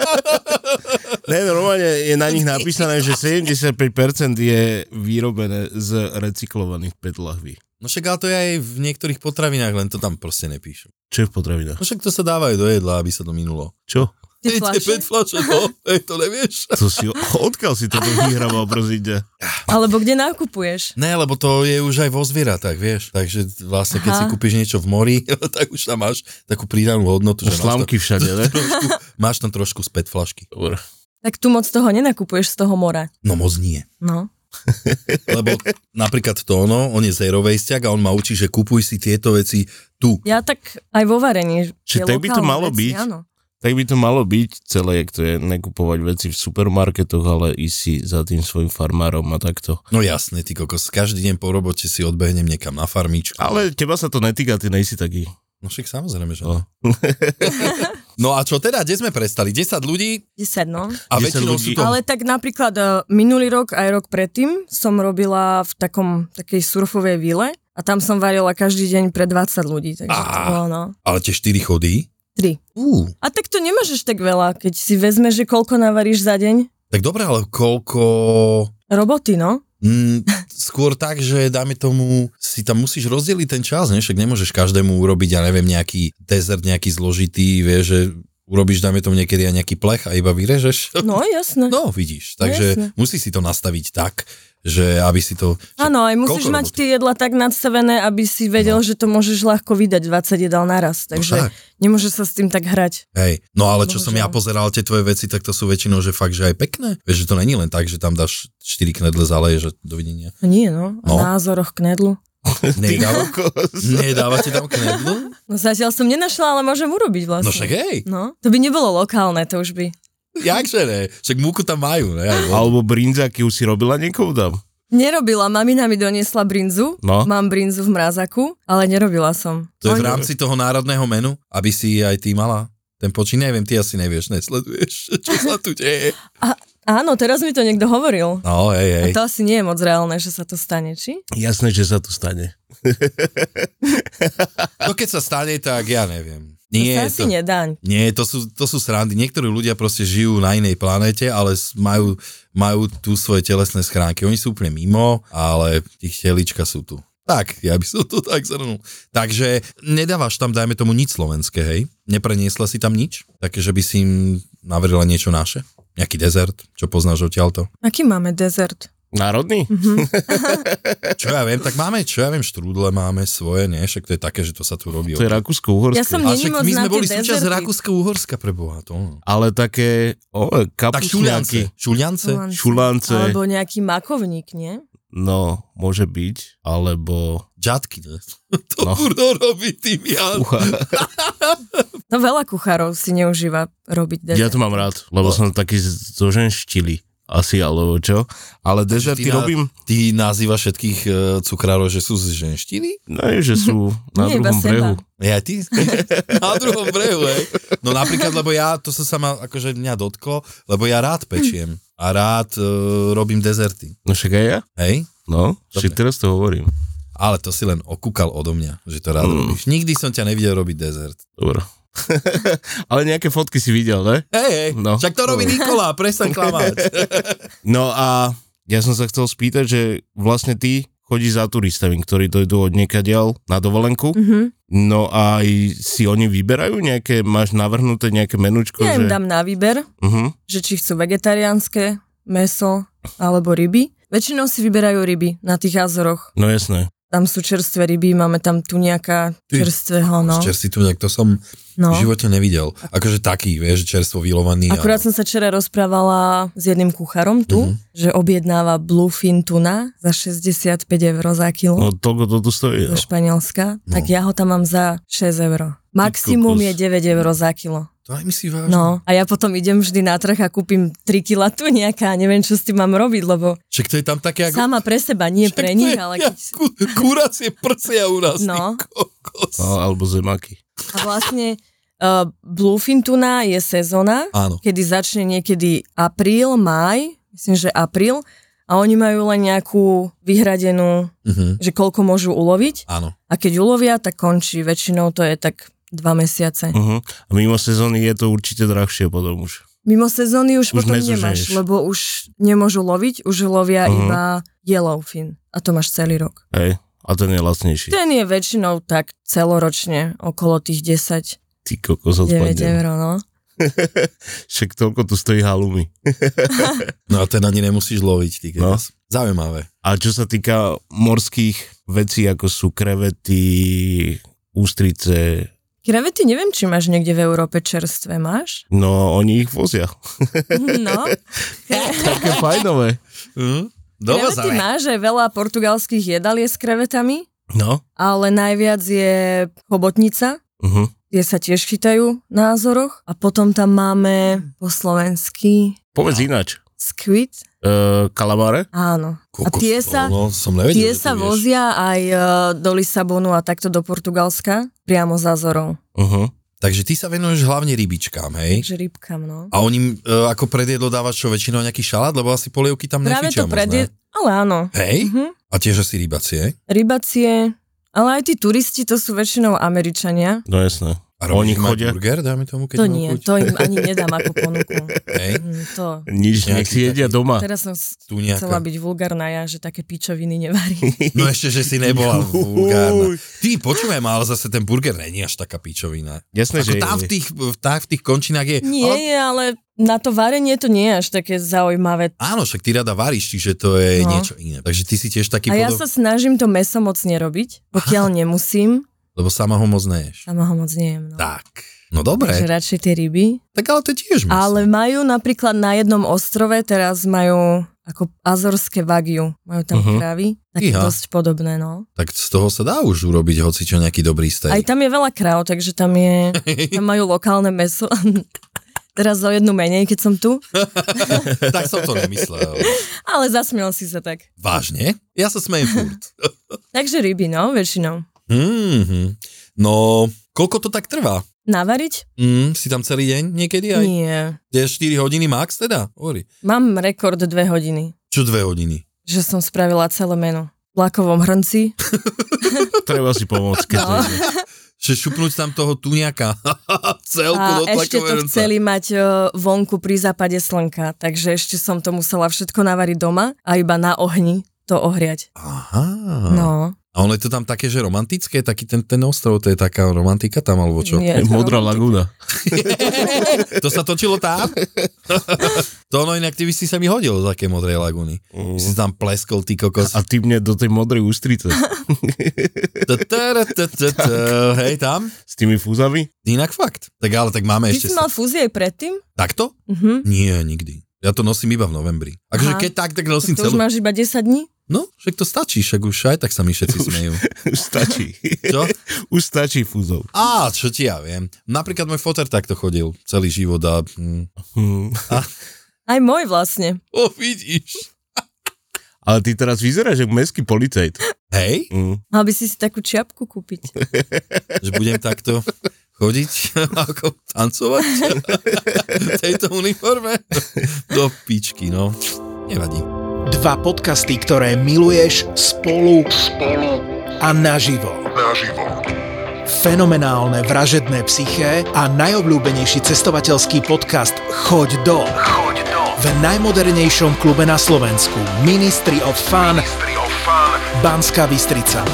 [SPEAKER 4] [LAUGHS] ne, normálne je na nich napísané, že 75% je vyrobené z recyklovaných PET lahví.
[SPEAKER 2] No však ale to je aj v niektorých potravinách, len to tam proste nepíšu.
[SPEAKER 4] Čo je v potravinách?
[SPEAKER 2] No však to sa dávajú do jedla, aby sa to minulo.
[SPEAKER 4] Čo?
[SPEAKER 3] Tie
[SPEAKER 2] Hej, tie
[SPEAKER 3] fľaše?
[SPEAKER 2] PET fľaše,
[SPEAKER 3] [LAUGHS]
[SPEAKER 2] no, hej, to nevieš.
[SPEAKER 4] To si, odkiaľ si toto vyhrával, prosím ťa?
[SPEAKER 3] Alebo kde nakupuješ?
[SPEAKER 2] Ne, lebo to je už aj vo zvieratách, vieš. Takže vlastne, keď
[SPEAKER 3] Aha.
[SPEAKER 2] si kúpiš niečo v mori, [LAUGHS] tak už tam máš takú pridanú hodnotu.
[SPEAKER 4] Už slámky všade, [LAUGHS] ne?
[SPEAKER 2] Máš tam, trošku, máš tam trošku späť flašky.
[SPEAKER 4] Dobre.
[SPEAKER 3] Tak tu moc toho nenakupuješ z toho mora.
[SPEAKER 2] No moc nie.
[SPEAKER 3] No.
[SPEAKER 2] Lebo napríklad to ono, on je zero wasteak a on ma učí, že kupuj si tieto veci tu.
[SPEAKER 3] Ja tak aj vo varení.
[SPEAKER 4] Čiže
[SPEAKER 3] tie
[SPEAKER 4] tak by to
[SPEAKER 3] lokálne
[SPEAKER 4] malo
[SPEAKER 3] veci,
[SPEAKER 4] byť?
[SPEAKER 3] Áno.
[SPEAKER 4] Tak by to malo byť celé, jak to je, nekupovať veci v supermarketoch, ale ísť si za tým svojim farmárom a takto.
[SPEAKER 2] No jasne, ty kokos, každý deň po robote si odbehnem niekam na farmičku.
[SPEAKER 4] Ale teba sa to netýka, ty nejsi taký.
[SPEAKER 2] No však samozrejme, že no. [LAUGHS] no a čo teda, kde sme prestali? 10 ľudí
[SPEAKER 3] 10, no.
[SPEAKER 2] a
[SPEAKER 4] 10
[SPEAKER 2] väčšinou
[SPEAKER 4] ľudí.
[SPEAKER 2] sú to...
[SPEAKER 3] Ale tak napríklad eh, minulý rok aj rok predtým som robila v takom takej surfovej vile a tam som varila každý deň pre 20 ľudí, takže to
[SPEAKER 2] Á.
[SPEAKER 3] bolo no.
[SPEAKER 2] Ale tie 4 chodí?
[SPEAKER 3] 3.
[SPEAKER 2] Ú,
[SPEAKER 3] A tak to nemáš až tak veľa, keď si vezmeš, že koľko navaríš za deň.
[SPEAKER 2] tak dobre, ale koľko...
[SPEAKER 3] Roboty, no.
[SPEAKER 2] Mm, skôr tak, že dáme tomu, si tam musíš rozdeliť ten čas, ne? však nemôžeš každému urobiť, ja neviem, nejaký desert, nejaký zložitý, vieš, že urobíš, dáme tomu niekedy aj nejaký plech a iba vyrežeš. [LAUGHS]
[SPEAKER 3] No, jasné.
[SPEAKER 2] No, vidíš, takže
[SPEAKER 3] Jasne.
[SPEAKER 2] musíš si to nastaviť tak, že aby si to...
[SPEAKER 3] Áno, aj musíš
[SPEAKER 2] Koľko
[SPEAKER 3] mať
[SPEAKER 2] roboty? No.
[SPEAKER 3] tie jedla tak nadstavené, aby si vedel, že to môžeš ľahko vydať 20 jedál naraz, takže
[SPEAKER 2] tak.
[SPEAKER 3] nemôže sa s tým tak hrať.
[SPEAKER 2] Hej, no ale čo som
[SPEAKER 3] Bohužiaľ.
[SPEAKER 2] ja pozeral tie tvoje veci, tak to sú väčšinou, že fakt, že aj pekné. Vieš, že to není len tak, že tam dáš 4 knedle zaleje, že dovidenia.
[SPEAKER 3] No Nie, no.
[SPEAKER 2] No.
[SPEAKER 3] no. Názoroch k nedlu.
[SPEAKER 2] Nedáva,
[SPEAKER 4] kokos.
[SPEAKER 2] nedávate tam knedlu?
[SPEAKER 3] No zatiaľ som nenašla, ale môžem urobiť vlastne.
[SPEAKER 2] No však hej,
[SPEAKER 3] No, to by nebolo lokálne, to už by.
[SPEAKER 2] jakže ne, však múku tam majú, ne? Aj vodu.
[SPEAKER 4] Alebo brinzaky už si robila niekomu tam?
[SPEAKER 3] Nerobila, mamina mi doniesla brinzu.
[SPEAKER 4] No.
[SPEAKER 3] Mám brinzu v mrazaku, ale nerobila som.
[SPEAKER 2] To je v
[SPEAKER 3] Oni-
[SPEAKER 2] rámci toho národného menu, aby si aj ty mala ten počin, neviem, ty asi nevieš, nesleduješ, [LAUGHS] čo sa tu deje.
[SPEAKER 3] Áno, teraz mi to niekto hovoril.
[SPEAKER 2] No, hej, hej.
[SPEAKER 3] A to asi nie je moc reálne, že sa to stane, či?
[SPEAKER 4] Jasné, že sa to stane.
[SPEAKER 2] To No, keď sa stane, tak ja neviem.
[SPEAKER 3] to
[SPEAKER 2] Nie,
[SPEAKER 3] sa asi nedaň.
[SPEAKER 2] Nie, to sú, to sú srandy. Niektorí ľudia proste žijú na inej planete, ale s- majú, majú tu svoje telesné schránky. Oni sú úplne mimo, ale ich telička sú tu. Tak, ja by som to tak zhrnul. Takže nedávaš tam, dajme tomu, nič slovenské, hej? Nepreniesla si tam nič? Také, že by si im navrila niečo naše? Nejaký dezert, čo poznáš odtiaľto?
[SPEAKER 3] Aký máme dezert?
[SPEAKER 4] Národný?
[SPEAKER 3] Mhm.
[SPEAKER 2] Čo ja viem, tak máme, čo ja viem, štrúdle máme svoje, nie? Však to je také, že to sa tu robí.
[SPEAKER 4] To je Rakúsko-Uhorské.
[SPEAKER 3] Ja som
[SPEAKER 2] A
[SPEAKER 3] není
[SPEAKER 2] však
[SPEAKER 3] moc
[SPEAKER 2] my
[SPEAKER 3] na
[SPEAKER 2] sme
[SPEAKER 3] tie
[SPEAKER 2] boli súčasť
[SPEAKER 3] dezerty.
[SPEAKER 2] Rakúska-Uhorska, preboha, to ono.
[SPEAKER 4] Ale také o,
[SPEAKER 2] Tak šuliance,
[SPEAKER 4] kapusňaky.
[SPEAKER 2] šuliance.
[SPEAKER 3] Šulance.
[SPEAKER 4] šulance.
[SPEAKER 3] Alebo nejaký makovník, nie?
[SPEAKER 4] No, môže byť. Alebo...
[SPEAKER 2] [LAUGHS] Žadky, ne? To
[SPEAKER 4] No.
[SPEAKER 2] kurdo robí tým ja.
[SPEAKER 4] Ucha.
[SPEAKER 3] No veľa kuchárov si neužíva robiť dezert.
[SPEAKER 4] Ja to mám rád, lebo som taký z- zoženštili. Asi, alebo čo. Ale dezerty
[SPEAKER 2] na-
[SPEAKER 4] robím...
[SPEAKER 2] Ty nazývaš všetkých e, cukrárov, že sú z ženštiny?
[SPEAKER 4] No, že sú na
[SPEAKER 3] Mhm. Nie, iba
[SPEAKER 4] druhom
[SPEAKER 3] seba.
[SPEAKER 4] brehu.
[SPEAKER 2] Ja ty? [LAUGHS] Na druhom brehu, hej. No napríklad, lebo ja, to sa sama akože mňa dotklo, lebo ja rád pečiem a rád e, robím dezerty,
[SPEAKER 4] No však aj ja.
[SPEAKER 2] hej?
[SPEAKER 4] No, však teraz to hovorím.
[SPEAKER 2] Ale to si len okúkal odo mňa, že to rád
[SPEAKER 4] Mm.
[SPEAKER 2] robíš. Nikdy som ťa nevidel robiť dezert.
[SPEAKER 4] Dobre. [LAUGHS] Ale nejaké fotky si videl, ne?
[SPEAKER 2] Hej, hej,
[SPEAKER 4] No.
[SPEAKER 2] no. však to robí Nikola, prestaň [LAUGHS] klamať.
[SPEAKER 4] No a ja som sa chcel spýtať, že vlastne ty chodíš za turistami, ktorí dojdú od niekaďal na dovolenku.
[SPEAKER 3] Mhm.
[SPEAKER 4] No a aj si oni vyberajú nejaké, máš navrhnuté nejaké menučko?
[SPEAKER 3] Ja im
[SPEAKER 4] že...
[SPEAKER 3] dám na výber,
[SPEAKER 4] Mhm.
[SPEAKER 3] že či chcú vegetariánske, meso alebo ryby. Väčšinou si vyberajú ryby na tých Azoroch.
[SPEAKER 4] No jasné.
[SPEAKER 3] Tam sú čerstvé ryby, máme tam tu nejaká
[SPEAKER 2] Ty,
[SPEAKER 3] čerstvého, no.
[SPEAKER 2] No. Čerstvý tuňak, to som
[SPEAKER 3] no.
[SPEAKER 2] v živote nevidel. Akože taký, vieš, čerstvo vylovaný. a-
[SPEAKER 3] Akurát som sa včera rozprávala s jedným kucharom tu,
[SPEAKER 2] Mhm.
[SPEAKER 3] že objednáva bluefin tuna za 65 eur za kilo
[SPEAKER 4] No toľko to tu stojí.
[SPEAKER 3] do
[SPEAKER 4] No.
[SPEAKER 3] Španielska, tak ja ho tam mám za 6 eur.
[SPEAKER 4] kokos.
[SPEAKER 3] Maximum je 9 eur za kilo.
[SPEAKER 2] To aj myslí vážne.
[SPEAKER 3] No a ja potom idem vždy na trh a kúpim 3 kila tu nejaká a neviem, čo s tým mám robiť, lebo
[SPEAKER 2] Však to je tam také ako...
[SPEAKER 3] sama pre seba, nie
[SPEAKER 2] Však to
[SPEAKER 3] pre
[SPEAKER 2] je
[SPEAKER 3] nich, ale
[SPEAKER 2] jak
[SPEAKER 3] keď...
[SPEAKER 2] Ku, kuracie prsia u nás,
[SPEAKER 3] No.
[SPEAKER 2] no. kokos.
[SPEAKER 4] no alebo zemaky.
[SPEAKER 3] A vlastne uh, bluefin tuna je sezóna,
[SPEAKER 2] Áno.
[SPEAKER 3] kedy začne niekedy apríl, maj, myslím, že apríl, a oni majú len nejakú vyhradenú,
[SPEAKER 2] Mhm.
[SPEAKER 3] že koľko môžu uloviť.
[SPEAKER 2] Áno.
[SPEAKER 3] A keď ulovia, tak končí. Väčšinou to je tak dva mesiace.
[SPEAKER 4] Uh-huh. A mimo sezóny je to určite drahšie potom už.
[SPEAKER 3] Mimo sezóny už,
[SPEAKER 4] Už
[SPEAKER 3] potom nemáš,
[SPEAKER 4] nezoženieš.
[SPEAKER 3] lebo už nemôžu loviť, už lovia
[SPEAKER 4] Mhm.
[SPEAKER 3] iba yellowfin. A to máš celý rok.
[SPEAKER 4] Hej. A ten je lacnejší.
[SPEAKER 3] Ten je väčšinou tak celoročne okolo tých 10,
[SPEAKER 4] Ty kokos
[SPEAKER 3] 9
[SPEAKER 4] odpadne.
[SPEAKER 3] eur, no.
[SPEAKER 4] Však toľko tu stojí halumi.
[SPEAKER 2] No a ten ani nemusíš loviť, ty
[SPEAKER 4] No.
[SPEAKER 2] kokos. Zaujímavé.
[SPEAKER 4] A čo sa týka morských vecí, ako sú krevety, ústrice,
[SPEAKER 3] Krevety neviem, či máš niekde v Európe čerstvé,
[SPEAKER 4] [LAUGHS]
[SPEAKER 3] máš?
[SPEAKER 4] no oni ich vozia.
[SPEAKER 3] No,
[SPEAKER 4] Také fajnové.
[SPEAKER 2] Hm?
[SPEAKER 3] krevety máš aj veľa portugalských jedalie s krevetami,
[SPEAKER 4] No.
[SPEAKER 3] ale najviac je chobotnica,
[SPEAKER 4] Uh-huh.
[SPEAKER 3] kde sa tiež chytajú na názoroch. A potom tam máme po slovensky
[SPEAKER 4] Povedz ináč.
[SPEAKER 3] squid,
[SPEAKER 4] E, kalamáre?
[SPEAKER 3] áno. A
[SPEAKER 2] Kokos,
[SPEAKER 3] tie sa,
[SPEAKER 2] No, som nevedel,
[SPEAKER 3] tie
[SPEAKER 2] že to
[SPEAKER 3] sa
[SPEAKER 2] vieš.
[SPEAKER 3] vozia aj e, do Lisabonu a takto do Portugalska, priamo z Azorov.
[SPEAKER 4] Uh-huh.
[SPEAKER 2] Takže ty sa venuješ hlavne rybičkám, hej?
[SPEAKER 3] Takže rybkám, no.
[SPEAKER 2] A oni e, ako predjedlo dávaš čo, väčšinou nejaký šalát, lebo asi polievky tam
[SPEAKER 3] Práve to
[SPEAKER 2] nefičia moc,
[SPEAKER 3] predie...
[SPEAKER 2] ne?
[SPEAKER 3] Ale áno.
[SPEAKER 2] Hej?
[SPEAKER 3] Mhm.
[SPEAKER 2] A tiež asi rybacie.
[SPEAKER 3] Rybacie, ale aj tí turisti to sú väčšinou Američania.
[SPEAKER 4] No jasné.
[SPEAKER 2] A robíš
[SPEAKER 4] Oni
[SPEAKER 2] im aj
[SPEAKER 4] chodia-
[SPEAKER 2] burger, dáme tomu, keď
[SPEAKER 3] to
[SPEAKER 2] majú
[SPEAKER 3] nie,
[SPEAKER 2] chuť?
[SPEAKER 3] to im ani nedám ako ponuku.
[SPEAKER 2] Hej?
[SPEAKER 3] Mm, To.
[SPEAKER 4] Nič,
[SPEAKER 2] Nejaký
[SPEAKER 4] nech si jedia
[SPEAKER 2] taký-
[SPEAKER 4] doma.
[SPEAKER 3] Teraz som s-
[SPEAKER 2] Tu nejaká-
[SPEAKER 3] chcela byť vulgárna ja, že také pičoviny nevarím.
[SPEAKER 2] No ešte, že si [LAUGHS] nebola vulgárna. Ty, počúvaj ma, ale zase ten burger není až taká pičovina.
[SPEAKER 4] Jasné,
[SPEAKER 2] Ako
[SPEAKER 4] že
[SPEAKER 2] tam v
[SPEAKER 4] je.
[SPEAKER 2] tých, v, tá, v tých končinách je...
[SPEAKER 3] Nie
[SPEAKER 2] [LAUGHS] ale,
[SPEAKER 3] je, ale na to varenie to nie je až také zaujímavé.
[SPEAKER 2] áno, však ty rada varíš, čiže to
[SPEAKER 3] No.
[SPEAKER 2] je niečo iné. Takže ty si tiež taký
[SPEAKER 3] A ja
[SPEAKER 2] podob,
[SPEAKER 3] sa snažím to meso moc nerobiť, pokiaľ nemusím.
[SPEAKER 2] lebo sama ho moc neješ.
[SPEAKER 3] Sama ho moc nejem. No.
[SPEAKER 2] Tak. No
[SPEAKER 3] Takže
[SPEAKER 2] dobre,
[SPEAKER 3] radšej tie ryby.
[SPEAKER 2] tak ale to je tiež meso.
[SPEAKER 3] Ale majú napríklad na jednom ostrove, teraz majú ako azorské vagiu. Majú tam
[SPEAKER 4] Mhm.
[SPEAKER 3] krávy. Také
[SPEAKER 2] Iha.
[SPEAKER 3] dosť podobné, no.
[SPEAKER 2] Tak z toho sa dá už urobiť hoci čo nejaký dobrý steak.
[SPEAKER 3] Aj tam je veľa kráv, takže tam je, tam majú lokálne meso. [LAUGHS] Teraz o jednu menej, keď som tu.
[SPEAKER 2] [LAUGHS] tak som to nemyslel.
[SPEAKER 3] Ale zasmiel si sa tak.
[SPEAKER 2] Vážne? Ja sa smejem furt.
[SPEAKER 3] Takže ryby, no, väčšinou.
[SPEAKER 2] Mhm. No, koľko to tak trvá?
[SPEAKER 3] Navariť?
[SPEAKER 2] Mm, si tam celý deň niekedy aj?
[SPEAKER 3] Nie.
[SPEAKER 2] Je 4 hodiny max teda? Hovorí.
[SPEAKER 3] Mám rekord dve hodiny,
[SPEAKER 2] Čo 2 hodiny?
[SPEAKER 3] že som spravila celé meno. V lakovom hrnci.
[SPEAKER 4] Treba si pomôcť, keď no.
[SPEAKER 2] Že šupnúť tam toho tuniaka. [LAUGHS] Celku do
[SPEAKER 3] A ešte to
[SPEAKER 2] tlakového hrnca.
[SPEAKER 3] chceli mať e, vonku pri západe slnka, takže ešte som to musela všetko navariť doma a iba na ohni to ohriať.
[SPEAKER 2] Aha.
[SPEAKER 3] No.
[SPEAKER 2] A ono je to tam také, že romantické? Taký ten, ten ostrov, to je taká romantika tam, alebo čo?
[SPEAKER 3] Je to-
[SPEAKER 4] Modrá lagúna.
[SPEAKER 2] To sa točilo
[SPEAKER 3] [LAUGHS]
[SPEAKER 2] tam? to ono inak, ty by si sa mi hodil do také modrej lagúny. Si tam pleskol, ty kokos.
[SPEAKER 4] A ty mne do tej modrej ústrice.
[SPEAKER 2] Ta, ta, ra, ta, ta, ta. Hej, tam?
[SPEAKER 4] S tými fúzami? [LAUGHS]
[SPEAKER 2] Inak fakt. Tak ale tak máme
[SPEAKER 3] Ty si
[SPEAKER 2] ešte... sa-
[SPEAKER 3] mal fúzie aj predtým?
[SPEAKER 2] Takto?
[SPEAKER 3] Mhm.
[SPEAKER 2] Nie, nikdy. Ja to nosím iba v novembri. Akože
[SPEAKER 3] Aha.
[SPEAKER 2] keď tak, tak nosím
[SPEAKER 3] To už
[SPEAKER 2] celú...
[SPEAKER 3] máš iba 10 dní?
[SPEAKER 2] No, však to stačí, však už aj tak sa mi
[SPEAKER 3] [LAUGHS]
[SPEAKER 2] všetci smejú.
[SPEAKER 4] Už stačí. [LAUGHS]
[SPEAKER 2] Čo?
[SPEAKER 4] Už stačí fúzov.
[SPEAKER 2] Á, čo ti ja viem. Napríklad môj foter takto chodil celý život a... Hm.
[SPEAKER 4] Hm.
[SPEAKER 3] Aj môj vlastne.
[SPEAKER 2] O, vidíš.
[SPEAKER 4] Ale ty teraz vyzeráš ako meský policajt.
[SPEAKER 2] Hej,
[SPEAKER 4] Hm.
[SPEAKER 3] Mal by si si takú čiapku kúpiť.
[SPEAKER 2] že budem takto chodiť [LAUGHS] ako tancovať v tejto uniforme do pičky, no. Nevadí.
[SPEAKER 5] Dva podcasty, ktoré miluješ spolu, spolu. a naživo. Naživo. Fenomenálne vražedné psyché a najobľúbenejší cestovateľský podcast Choď do. Choď do. V najmodernejšom klube na Slovensku Ministry of Fun, Ministry of Fun. Banská Bystrica.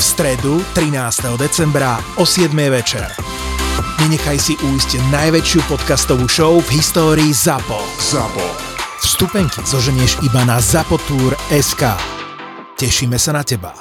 [SPEAKER 5] V stredu 13. decembra o 7. večer. Nenechaj si újsť najväčšiu podcastovú show v histórii ZAPO. ZAPO. Vstupenky zoženieš iba na zapotur.sk. Tešíme sa na teba.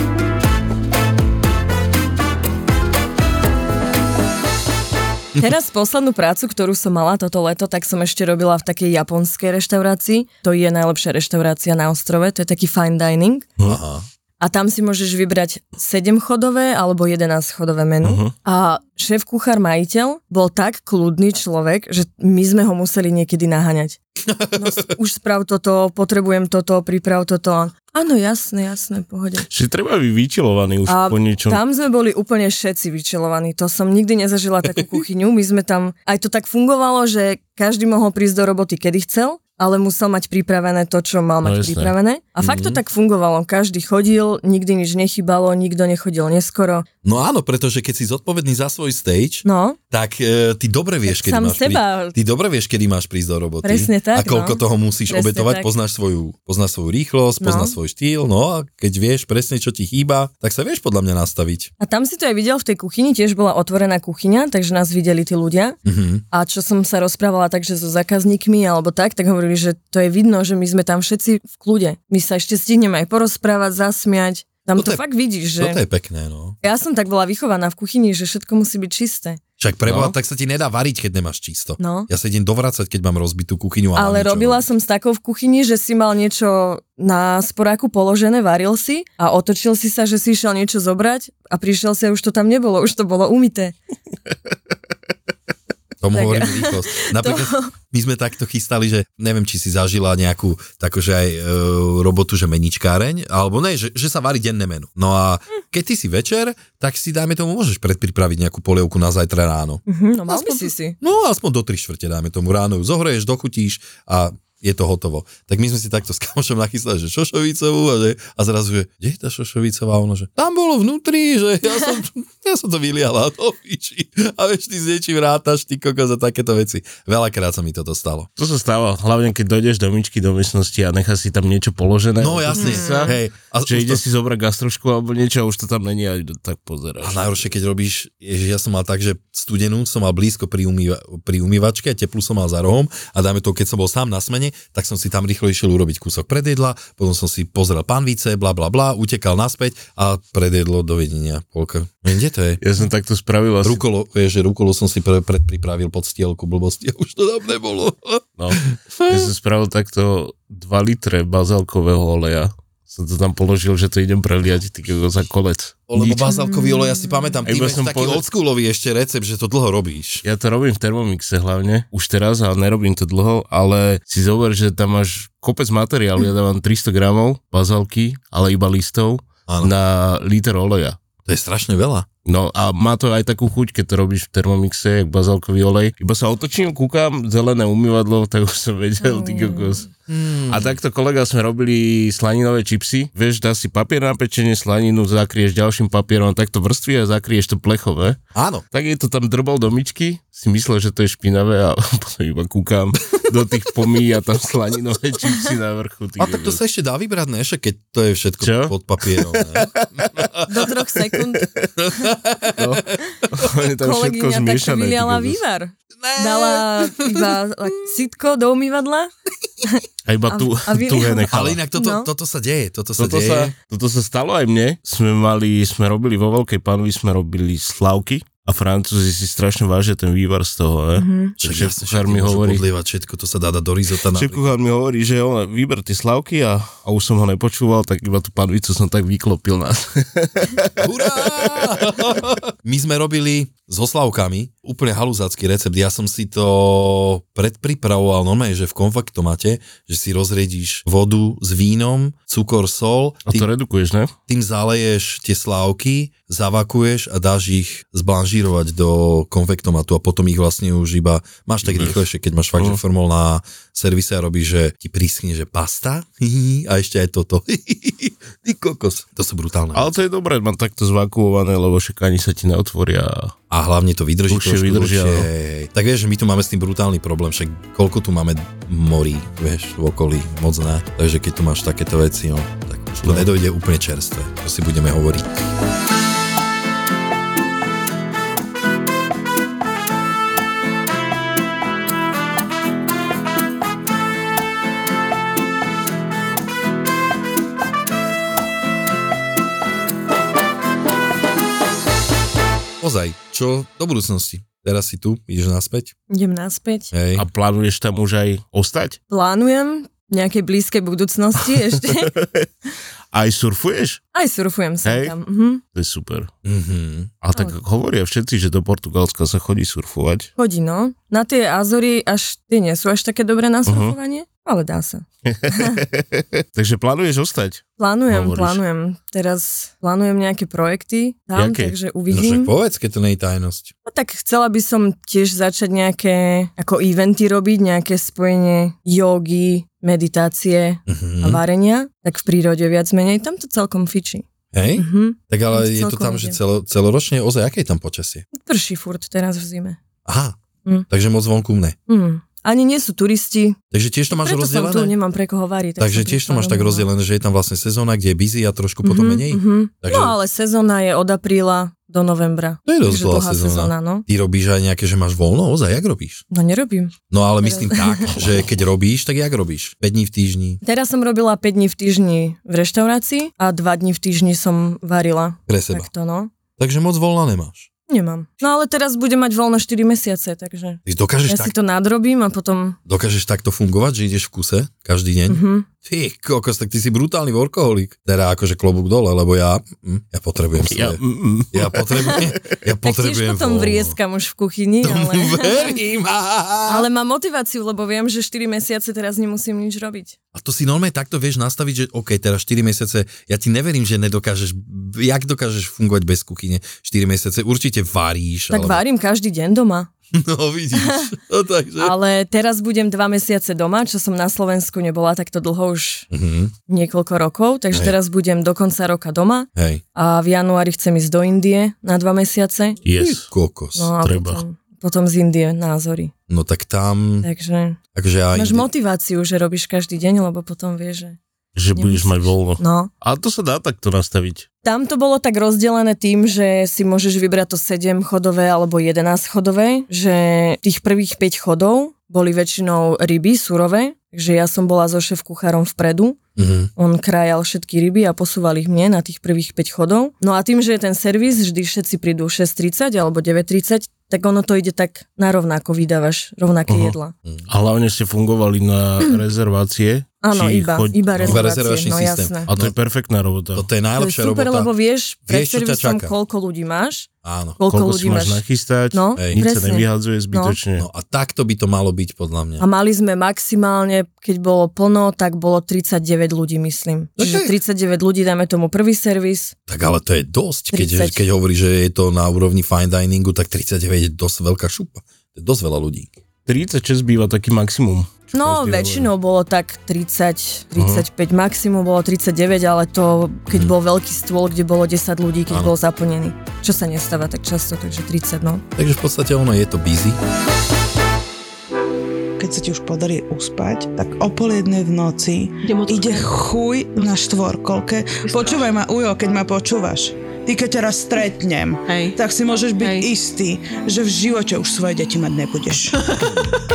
[SPEAKER 3] [LAUGHS] Teraz poslednú prácu, ktorú som mala toto leto, tak som ešte robila v takej japonskej reštaurácii. To je najlepšia reštaurácia na ostrove, to je taký fine dining.
[SPEAKER 2] Aha.
[SPEAKER 3] A tam si môžeš vybrať 7-chodové alebo 11-chodové menu. Uh-huh. A šéf kuchár majiteľ bol tak kľudný človek, že my sme ho museli niekedy naháňať. No, s- už sprav toto, potrebujem toto, priprav toto. Áno, jasné, jasné, pohode.
[SPEAKER 4] Že treba byť vyčilovaný už
[SPEAKER 3] A
[SPEAKER 4] po niečom.
[SPEAKER 3] Tam sme boli úplne všetci vyčilovaní. To som nikdy
[SPEAKER 2] [LAUGHS]
[SPEAKER 3] nezažila takú kuchyňu. My sme tam, aj to tak fungovalo, že každý mohol prísť do roboty, kedy chcel. A ale musel mať pripravené to, čo mal mať
[SPEAKER 4] No
[SPEAKER 3] no,
[SPEAKER 4] jasné.
[SPEAKER 3] pripravené. A fakt to
[SPEAKER 2] Mhm.
[SPEAKER 3] tak fungovalo. Každý chodil, nikdy nič nechybalo, nikto nechodil neskoro.
[SPEAKER 2] No áno, pretože keď si zodpovedný za svoj stage,
[SPEAKER 3] No,
[SPEAKER 2] tak e, ty dobre vieš, kedy
[SPEAKER 3] sám
[SPEAKER 2] máš
[SPEAKER 3] seba.
[SPEAKER 2] Prí... Ty dobre vieš, kedy máš prísť do roboty.
[SPEAKER 3] Presne tak,
[SPEAKER 2] A koľko
[SPEAKER 3] no.
[SPEAKER 2] toho musíš
[SPEAKER 3] Presne
[SPEAKER 2] obetovať,
[SPEAKER 3] tak.
[SPEAKER 2] poznáš svoju, poznáš svoju rýchlosť,
[SPEAKER 3] No.
[SPEAKER 2] poznáš svoj štýl, no a keď vieš presne, čo ti chýba, tak sa vieš podľa mňa nastaviť.
[SPEAKER 3] A tam si to aj videl v tej kuchyni, tiež bola otvorená kuchyňa, takže nás videli tí ľudia.
[SPEAKER 2] Mhm.
[SPEAKER 3] A čo som sa rozprávala takže so zákazníkmi alebo tak, tak hovorili, že to je vidno, že my sme tam všetci v kľude. My sa ešte stihneme aj porozprávať, zasmiať. Tam to,
[SPEAKER 2] Toto je-
[SPEAKER 3] fakt vidíš, že...
[SPEAKER 2] Toto je pekné, no.
[SPEAKER 3] Ja som tak bola vychovaná v kuchyni, že všetko musí byť čisté.
[SPEAKER 2] Však preboha,
[SPEAKER 4] No.
[SPEAKER 2] tak sa ti nedá variť, keď nemáš čisto.
[SPEAKER 3] No.
[SPEAKER 2] Ja sa idem dovrácať, keď mám rozbitú kuchyňu. a mám
[SPEAKER 3] Ale
[SPEAKER 2] niečo
[SPEAKER 3] robila
[SPEAKER 2] robiť.
[SPEAKER 3] som s takou v kuchyni, že si mal niečo na sporáku položené, varil si a otočil si sa, že si išiel niečo zobrať a prišiel si a už to tam nebolo, už to bolo umité.
[SPEAKER 2] Tomu
[SPEAKER 3] Tak-
[SPEAKER 2] hovorím rýchlosť. Napríklad my sme takto chystali, že neviem, či si zažila nejakú takože aj e, robotu, že meničkáreň, alebo ne, že, že sa varí denné menu. No a keď ty si večer, tak si dajme tomu môžeš predpripraviť nejakú polievku na zajtra ráno.
[SPEAKER 3] Mhm, no mal by
[SPEAKER 2] Aspoň
[SPEAKER 3] si
[SPEAKER 2] to-
[SPEAKER 3] si.
[SPEAKER 2] No aspoň do 3 štvrte dajme tomu ráno ju zohreješ, dochutíš a je to hotovo. Tak my sme si takto s kamošom nachystali, že Šošovicovú a, že, a zrazu, že kde je tá Šošovicová? A Ono, že tam bolo vnútri, že ja som, ja som to vyliala do piči. A vieš, ty s niečím rátaš, ty kokos a takéto veci. Veľakrát sa mi toto stalo.
[SPEAKER 4] To sa stáva, hlavne keď dojdeš do myčky, do miestnosti a necháš si tam niečo položené.
[SPEAKER 2] No jasne,
[SPEAKER 4] Otočíš sa,
[SPEAKER 2] hej. A,
[SPEAKER 4] Že
[SPEAKER 2] už
[SPEAKER 4] ide
[SPEAKER 2] to,
[SPEAKER 4] si zobrať gastrošku alebo niečo a už to tam není a tak
[SPEAKER 2] a
[SPEAKER 4] pozeráš.
[SPEAKER 2] najhoršie, keď robíš, ježiš, ja som mal tak, že studenú som mal blízko pri, umýva, pri umývačke a teplú som mal za rohom a dáme to, keď som bol sám na smene, tak som si tam rýchlo išiel urobiť kúsok predjedla, potom som si pozrel panvice, bla bla bla, utekal naspäť a predjedlo dovedenia. Polka. Viem, Kde to je?
[SPEAKER 4] Ja som takto spravil asi.
[SPEAKER 2] Rukolo, vieš, že rukolo som si pre, predpripravil pod stielku blbosti a už to tam [LAUGHS] nebolo.
[SPEAKER 4] No. Ja som spravil takto 2 litre bazálkového oleja. Som to tam položil, že to idem preliať ty kokos, za kolec.
[SPEAKER 2] Lebo
[SPEAKER 4] Nič.
[SPEAKER 2] bazálkový olej, ja si pamätám, ty
[SPEAKER 4] Iba
[SPEAKER 2] máš
[SPEAKER 4] som
[SPEAKER 2] taký
[SPEAKER 4] povedal-
[SPEAKER 2] oldschoolový ešte recept, že to dlho robíš.
[SPEAKER 4] Ja to robím v Thermomixe hlavne, už teraz a nerobím to dlho, ale si zober, že tam máš kopec materiálu, ja dávam 300 gramov bazálky, ale iba listov,
[SPEAKER 2] Áno.
[SPEAKER 4] na liter oleja.
[SPEAKER 2] To je strašne veľa.
[SPEAKER 4] No a má to aj takú chuť, keď to robíš v termomixe, jak bazálkový olej. Iba sa otočím, kúkam, zelené umývadlo, [LAUGHS] tak už som
[SPEAKER 3] Mm,
[SPEAKER 4] vedel, ty kokos.
[SPEAKER 2] Hmm.
[SPEAKER 4] A takto kolega sme robili slaninové čipsy. Vieš, dá si papier na pečenie, slaninu zakrieš ďalším papierom, tak to vrství a zakrieš to plechové.
[SPEAKER 2] Áno.
[SPEAKER 4] Tak je to tam drbal do myčky, si myslel, že to je špinavé a [LAUGHS] potom iba kúkam do tých pomí a tam slaninové čipsy na vrchu.
[SPEAKER 2] A
[SPEAKER 4] Ty
[SPEAKER 2] tak to
[SPEAKER 4] kokos.
[SPEAKER 2] sa ešte dá vybrať, ne? Ešte keď to je všetko
[SPEAKER 4] Čo?
[SPEAKER 2] pod papierom.
[SPEAKER 4] [LAUGHS]
[SPEAKER 2] Ne?
[SPEAKER 3] Do troch
[SPEAKER 2] [LAUGHS]
[SPEAKER 3] sekúnd
[SPEAKER 4] no. Je tam všetko
[SPEAKER 3] kolegyňa tak
[SPEAKER 4] zmiešané. ty
[SPEAKER 3] vyliala
[SPEAKER 4] kokos.
[SPEAKER 3] vývar. Dala iba tak, sitko do umývadla.
[SPEAKER 4] A iba
[SPEAKER 3] A-
[SPEAKER 4] tu,
[SPEAKER 3] a vy-
[SPEAKER 4] tu je nechala.
[SPEAKER 2] Ale inak toto,
[SPEAKER 3] No.
[SPEAKER 2] toto sa deje, toto sa
[SPEAKER 4] toto
[SPEAKER 2] deje.
[SPEAKER 4] sa, toto sa stalo aj mne. Sme mali, sme robili vo Veľkej panvi, sme robili slavky a Francúzi si strašne vážia ten vývar z toho, ne? Mm-hmm.
[SPEAKER 2] Však
[SPEAKER 4] Takže
[SPEAKER 2] jasne,
[SPEAKER 4] kuchár
[SPEAKER 2] však
[SPEAKER 4] mi
[SPEAKER 2] môžu
[SPEAKER 4] hovorí,
[SPEAKER 2] Podlievať všetko, to sa dá dať do rizota
[SPEAKER 4] že
[SPEAKER 2] napríklad.
[SPEAKER 4] kuchár mi hovorí, že on vyber tie slavky a, a už som ho nepočúval, tak iba tú panvicu som tak vyklopil na [LAUGHS]
[SPEAKER 2] Hurá! My sme robili so Slavkami úplne halúzácky recept. Ja som si to predpripravoval normálne, že v konfaktomate, že si rozriedíš vodu s vínom, cukor, sol,
[SPEAKER 4] A to
[SPEAKER 2] tým,
[SPEAKER 4] redukuješ, ne?
[SPEAKER 2] tým zaleješ tie slávky, zavakuješ a dáš ich zblanžírovať do konvektomatu a potom ich vlastne už iba máš
[SPEAKER 4] Mhm.
[SPEAKER 2] tak rýchlejšie, keď máš fakt, že
[SPEAKER 4] No.
[SPEAKER 2] formol na servise a robíš, že ti prískne, že pasta [LAUGHS] a ešte aj toto. [LAUGHS] Ty kokos. To sú brutálne.
[SPEAKER 4] Ale to je dobré, mám takto zvakuované, lebo však ani sa ti neotvoria.
[SPEAKER 2] A hlavne to vydrží
[SPEAKER 4] Dlhšie
[SPEAKER 2] trošku
[SPEAKER 4] vydržia,
[SPEAKER 2] dlhšie.
[SPEAKER 4] no.
[SPEAKER 2] Hej. Tak vieš, že my tu máme s tým brutálny problém, však koľko tu máme morí, vieš, v okolí, moc ne. Takže keď tu máš takéto veci, no, tak už to
[SPEAKER 4] No.
[SPEAKER 2] nedojde úplne čerstvé, to si budeme hovoriť. Ozaj, čo do budúcnosti? Teraz si tu, ideš naspäť,
[SPEAKER 3] Idem naspäť.
[SPEAKER 2] hej.
[SPEAKER 4] A plánuješ tam už aj ostať?
[SPEAKER 3] Plánujem v nejakej blízkej budúcnosti ešte.
[SPEAKER 4] Aj surfuješ?
[SPEAKER 3] Aj surfujem sa
[SPEAKER 4] Hej.
[SPEAKER 3] tam. Mhm.
[SPEAKER 4] To je super.
[SPEAKER 2] Mhm.
[SPEAKER 4] A tak hovoria všetci, že do Portugalska sa chodí surfovať. Mhm.
[SPEAKER 3] Chodí, no. Na tie Azory až tie nie sú až také dobré na surfovanie. ale dá sa.
[SPEAKER 4] Takže plánuješ ostať?
[SPEAKER 3] Plánujem,
[SPEAKER 4] Hovoríš.
[SPEAKER 3] plánujem. Teraz plánujem nejaké projekty tam,
[SPEAKER 4] Jaké?
[SPEAKER 3] takže
[SPEAKER 2] No však
[SPEAKER 3] uvidím.
[SPEAKER 2] povedz, keď to nie je tajnosť.
[SPEAKER 3] No tak chcela by som tiež začať nejaké ako eventy robiť, nejaké spojenie jogy, meditácie a
[SPEAKER 2] Mhm.
[SPEAKER 3] varenia, tak v prírode viac menej, tam to celkom fičí.
[SPEAKER 2] Hej?
[SPEAKER 3] Mhm.
[SPEAKER 2] Tak ale
[SPEAKER 3] Tam to
[SPEAKER 2] je to
[SPEAKER 3] celkom
[SPEAKER 2] tam, že
[SPEAKER 3] ide.
[SPEAKER 2] celo, celoročne ozaj, aké je tam počasie?
[SPEAKER 3] Prší furt teraz v zime.
[SPEAKER 2] Aha,
[SPEAKER 3] Mm.
[SPEAKER 2] takže moc vonku mne.
[SPEAKER 3] Mm. Ani nie sú turisti,
[SPEAKER 2] Takže tiež to máš
[SPEAKER 3] preto som tu
[SPEAKER 2] rozdelené?
[SPEAKER 3] nemám pre koho variť. tak som
[SPEAKER 2] Takže tiež to
[SPEAKER 3] prišla
[SPEAKER 2] máš tak
[SPEAKER 3] domov.
[SPEAKER 2] rozdelené, že je tam vlastne sezóna, kde je busy a trošku potom
[SPEAKER 3] Mhm,
[SPEAKER 2] menej.
[SPEAKER 3] mhm.
[SPEAKER 2] Takže
[SPEAKER 3] No ale sezóna je od apríla do novembra.
[SPEAKER 2] to je dosť
[SPEAKER 3] Takže
[SPEAKER 2] dlhá
[SPEAKER 3] dlhá
[SPEAKER 2] sezóna.
[SPEAKER 3] sezóna, no.
[SPEAKER 2] Ty robíš aj nejaké, že máš voľno? Ozaj, jak robíš?
[SPEAKER 3] No nerobím.
[SPEAKER 2] No ale myslím tak, že keď robíš, tak jak robíš? 5 dní v týždni,
[SPEAKER 3] Teraz som robila 5 dní v týždni v reštaurácii a 2 dní v týždni som varila.
[SPEAKER 2] pre seba.
[SPEAKER 3] Takto, no.
[SPEAKER 2] Takže moc voľna nemáš.
[SPEAKER 3] Nemám. No ale teraz budem mať voľno 4 mesiace, takže
[SPEAKER 2] Ty dokážeš,
[SPEAKER 3] ja si
[SPEAKER 2] tak,
[SPEAKER 3] to nadrobím a potom...
[SPEAKER 2] dokážeš takto fungovať, že ideš v kuse každý deň?
[SPEAKER 3] Mhm.
[SPEAKER 2] Ty kokos, tak ty si brutálny workoholik. Teda akože klobúk dole, lebo ja, mm, ja potrebujem
[SPEAKER 4] Ja,
[SPEAKER 2] svoje.
[SPEAKER 4] mm, mm.
[SPEAKER 2] Ja potrebujem, ja
[SPEAKER 3] Tak tiež
[SPEAKER 2] potrebujem
[SPEAKER 3] potom
[SPEAKER 2] voľno.
[SPEAKER 3] vrieskam už v
[SPEAKER 2] [LAUGHS]
[SPEAKER 3] kuchyni, ale...
[SPEAKER 2] Verím. á, á, á.
[SPEAKER 3] Ale mám motiváciu, lebo viem, že 4 mesiace teraz nemusím nič robiť.
[SPEAKER 2] A to si normálne takto vieš nastaviť, že OK, teraz 4 mesiace, ja ti neverím, že nedokážeš, jak dokážeš fungovať bez kuchyne 4 mesiace, určite varíš.
[SPEAKER 3] Tak
[SPEAKER 2] alebo,
[SPEAKER 3] varím každý deň doma.
[SPEAKER 2] [LAUGHS] No vidíš, no, takže.
[SPEAKER 3] Ale teraz budem 2 mesiace doma, čo som na Slovensku nebola takto dlho už
[SPEAKER 2] Mhm,
[SPEAKER 3] niekoľko rokov, takže
[SPEAKER 2] Hej.
[SPEAKER 3] teraz budem do konca roka doma
[SPEAKER 2] hej,
[SPEAKER 3] a v januári chcem ísť do Indie na 2 mesiace.
[SPEAKER 4] Yes.
[SPEAKER 2] kokos.
[SPEAKER 3] No a
[SPEAKER 2] No.
[SPEAKER 4] Treba.
[SPEAKER 3] potom, potom z Indie názory.
[SPEAKER 2] tak tam,
[SPEAKER 3] Takže
[SPEAKER 2] akože ja...
[SPEAKER 3] máš
[SPEAKER 2] ide-
[SPEAKER 3] motiváciu, že robíš každý deň, lebo potom vieš, že...
[SPEAKER 4] Že budeš mať voľno.
[SPEAKER 3] No.
[SPEAKER 4] Ale to sa dá takto nastaviť.
[SPEAKER 3] Tam to bolo tak rozdelené tým, že si môžeš vybrať to 7 chodové alebo 11 chodové, že tých prvých 5 chodov boli väčšinou ryby surové, takže ja som bola so šéf kuchárom vpredu.
[SPEAKER 2] Mhm.
[SPEAKER 3] On krajal všetky ryby a posúval ich mne na tých prvých 5 chodov. No a tým, že je ten servis, vždy všetci prídu 6.30 alebo 9.30, tak ono to ide tak na rovnako, vydávaš rovnaké
[SPEAKER 4] Aha.
[SPEAKER 3] jedla.
[SPEAKER 4] A hlavne ste fungovali na
[SPEAKER 3] [CLEARS THROAT]
[SPEAKER 4] rezervácie.
[SPEAKER 3] Áno,
[SPEAKER 4] Či
[SPEAKER 3] iba,
[SPEAKER 4] choď-
[SPEAKER 3] iba
[SPEAKER 4] Iba
[SPEAKER 3] rezervácie,
[SPEAKER 2] rezervačný
[SPEAKER 3] no
[SPEAKER 2] systém.
[SPEAKER 3] jasné.
[SPEAKER 4] A to je perfektná robota.
[SPEAKER 3] To
[SPEAKER 2] Toto je
[SPEAKER 3] je
[SPEAKER 2] najlepšia
[SPEAKER 3] super,
[SPEAKER 2] robota.
[SPEAKER 3] lebo vieš, pred
[SPEAKER 2] Vieš, čo ťa
[SPEAKER 3] servisom
[SPEAKER 2] čaká.
[SPEAKER 3] koľko ľudí máš,
[SPEAKER 2] Áno.
[SPEAKER 3] koľko,
[SPEAKER 4] Koľko si
[SPEAKER 3] ľudí
[SPEAKER 4] máš nachystať,
[SPEAKER 3] No,
[SPEAKER 2] Hej.
[SPEAKER 4] nič sa
[SPEAKER 3] presne.
[SPEAKER 4] nevyhadzuje zbytočne.
[SPEAKER 2] No a takto by to malo byť podľa mňa.
[SPEAKER 3] A mali sme maximálne, keď bolo plno, tak bolo 39 ľudí, myslím. Čiže 39 ľudí dáme tomu prvý servis.
[SPEAKER 2] Tak ale to je dosť,
[SPEAKER 3] 30.
[SPEAKER 2] keď, keď hovorí, že je to na úrovni fine diningu, tak 39 je dosť veľká šupa. To je dosť veľa ľudí.
[SPEAKER 4] 36 býva taký maximum. čo
[SPEAKER 3] No,
[SPEAKER 4] každý
[SPEAKER 3] väčšinou bolo tak 30, 35, maximum bolo 39, ale to, keď bol veľký stôl, kde bolo 10 ľudí, keď
[SPEAKER 2] Áno.
[SPEAKER 3] bol zaplnený. Čo sa nestáva tak často, takže 30, no.
[SPEAKER 2] Takže v podstate ono je to busy.
[SPEAKER 6] keď sa ti už podarí uspať, tak o pol jednej v noci ide chuj na štvorkolke. Počúvaj ma, Ujo, keď ma počúvaš. Ty, keď ťa raz stretnem,
[SPEAKER 7] Hej.
[SPEAKER 6] tak si môžeš byť
[SPEAKER 7] Hej.
[SPEAKER 6] istý, že v živote už svoje deti mať
[SPEAKER 7] [LAUGHS]
[SPEAKER 6] nebudeš.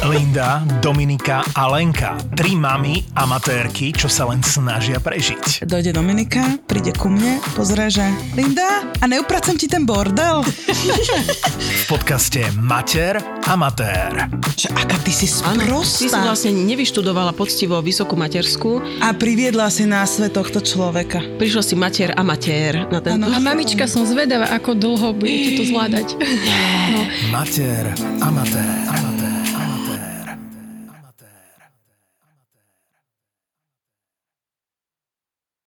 [SPEAKER 5] Linda, Dominika a Lenka. Tri mamy amatérky, čo sa len snažia prežiť.
[SPEAKER 6] Dojde Dominika, príde ku mne, pozrie, že Linda, a neupracem ti ten
[SPEAKER 7] [LAUGHS]
[SPEAKER 6] bordel?
[SPEAKER 5] V podcaste Mater Amatér.
[SPEAKER 6] Že aká ty si
[SPEAKER 7] Áno, ty si
[SPEAKER 6] sprostá.
[SPEAKER 7] vlastne nevyštudovala poctivo vysokú materskú,
[SPEAKER 6] A priviedla si na svet tohto človeka.
[SPEAKER 7] prišla si mater a matér na tento...
[SPEAKER 6] Áno.
[SPEAKER 8] A mamička som zvedavá, ako dlho budete to zvládať.
[SPEAKER 5] Mater Amatér. amatér.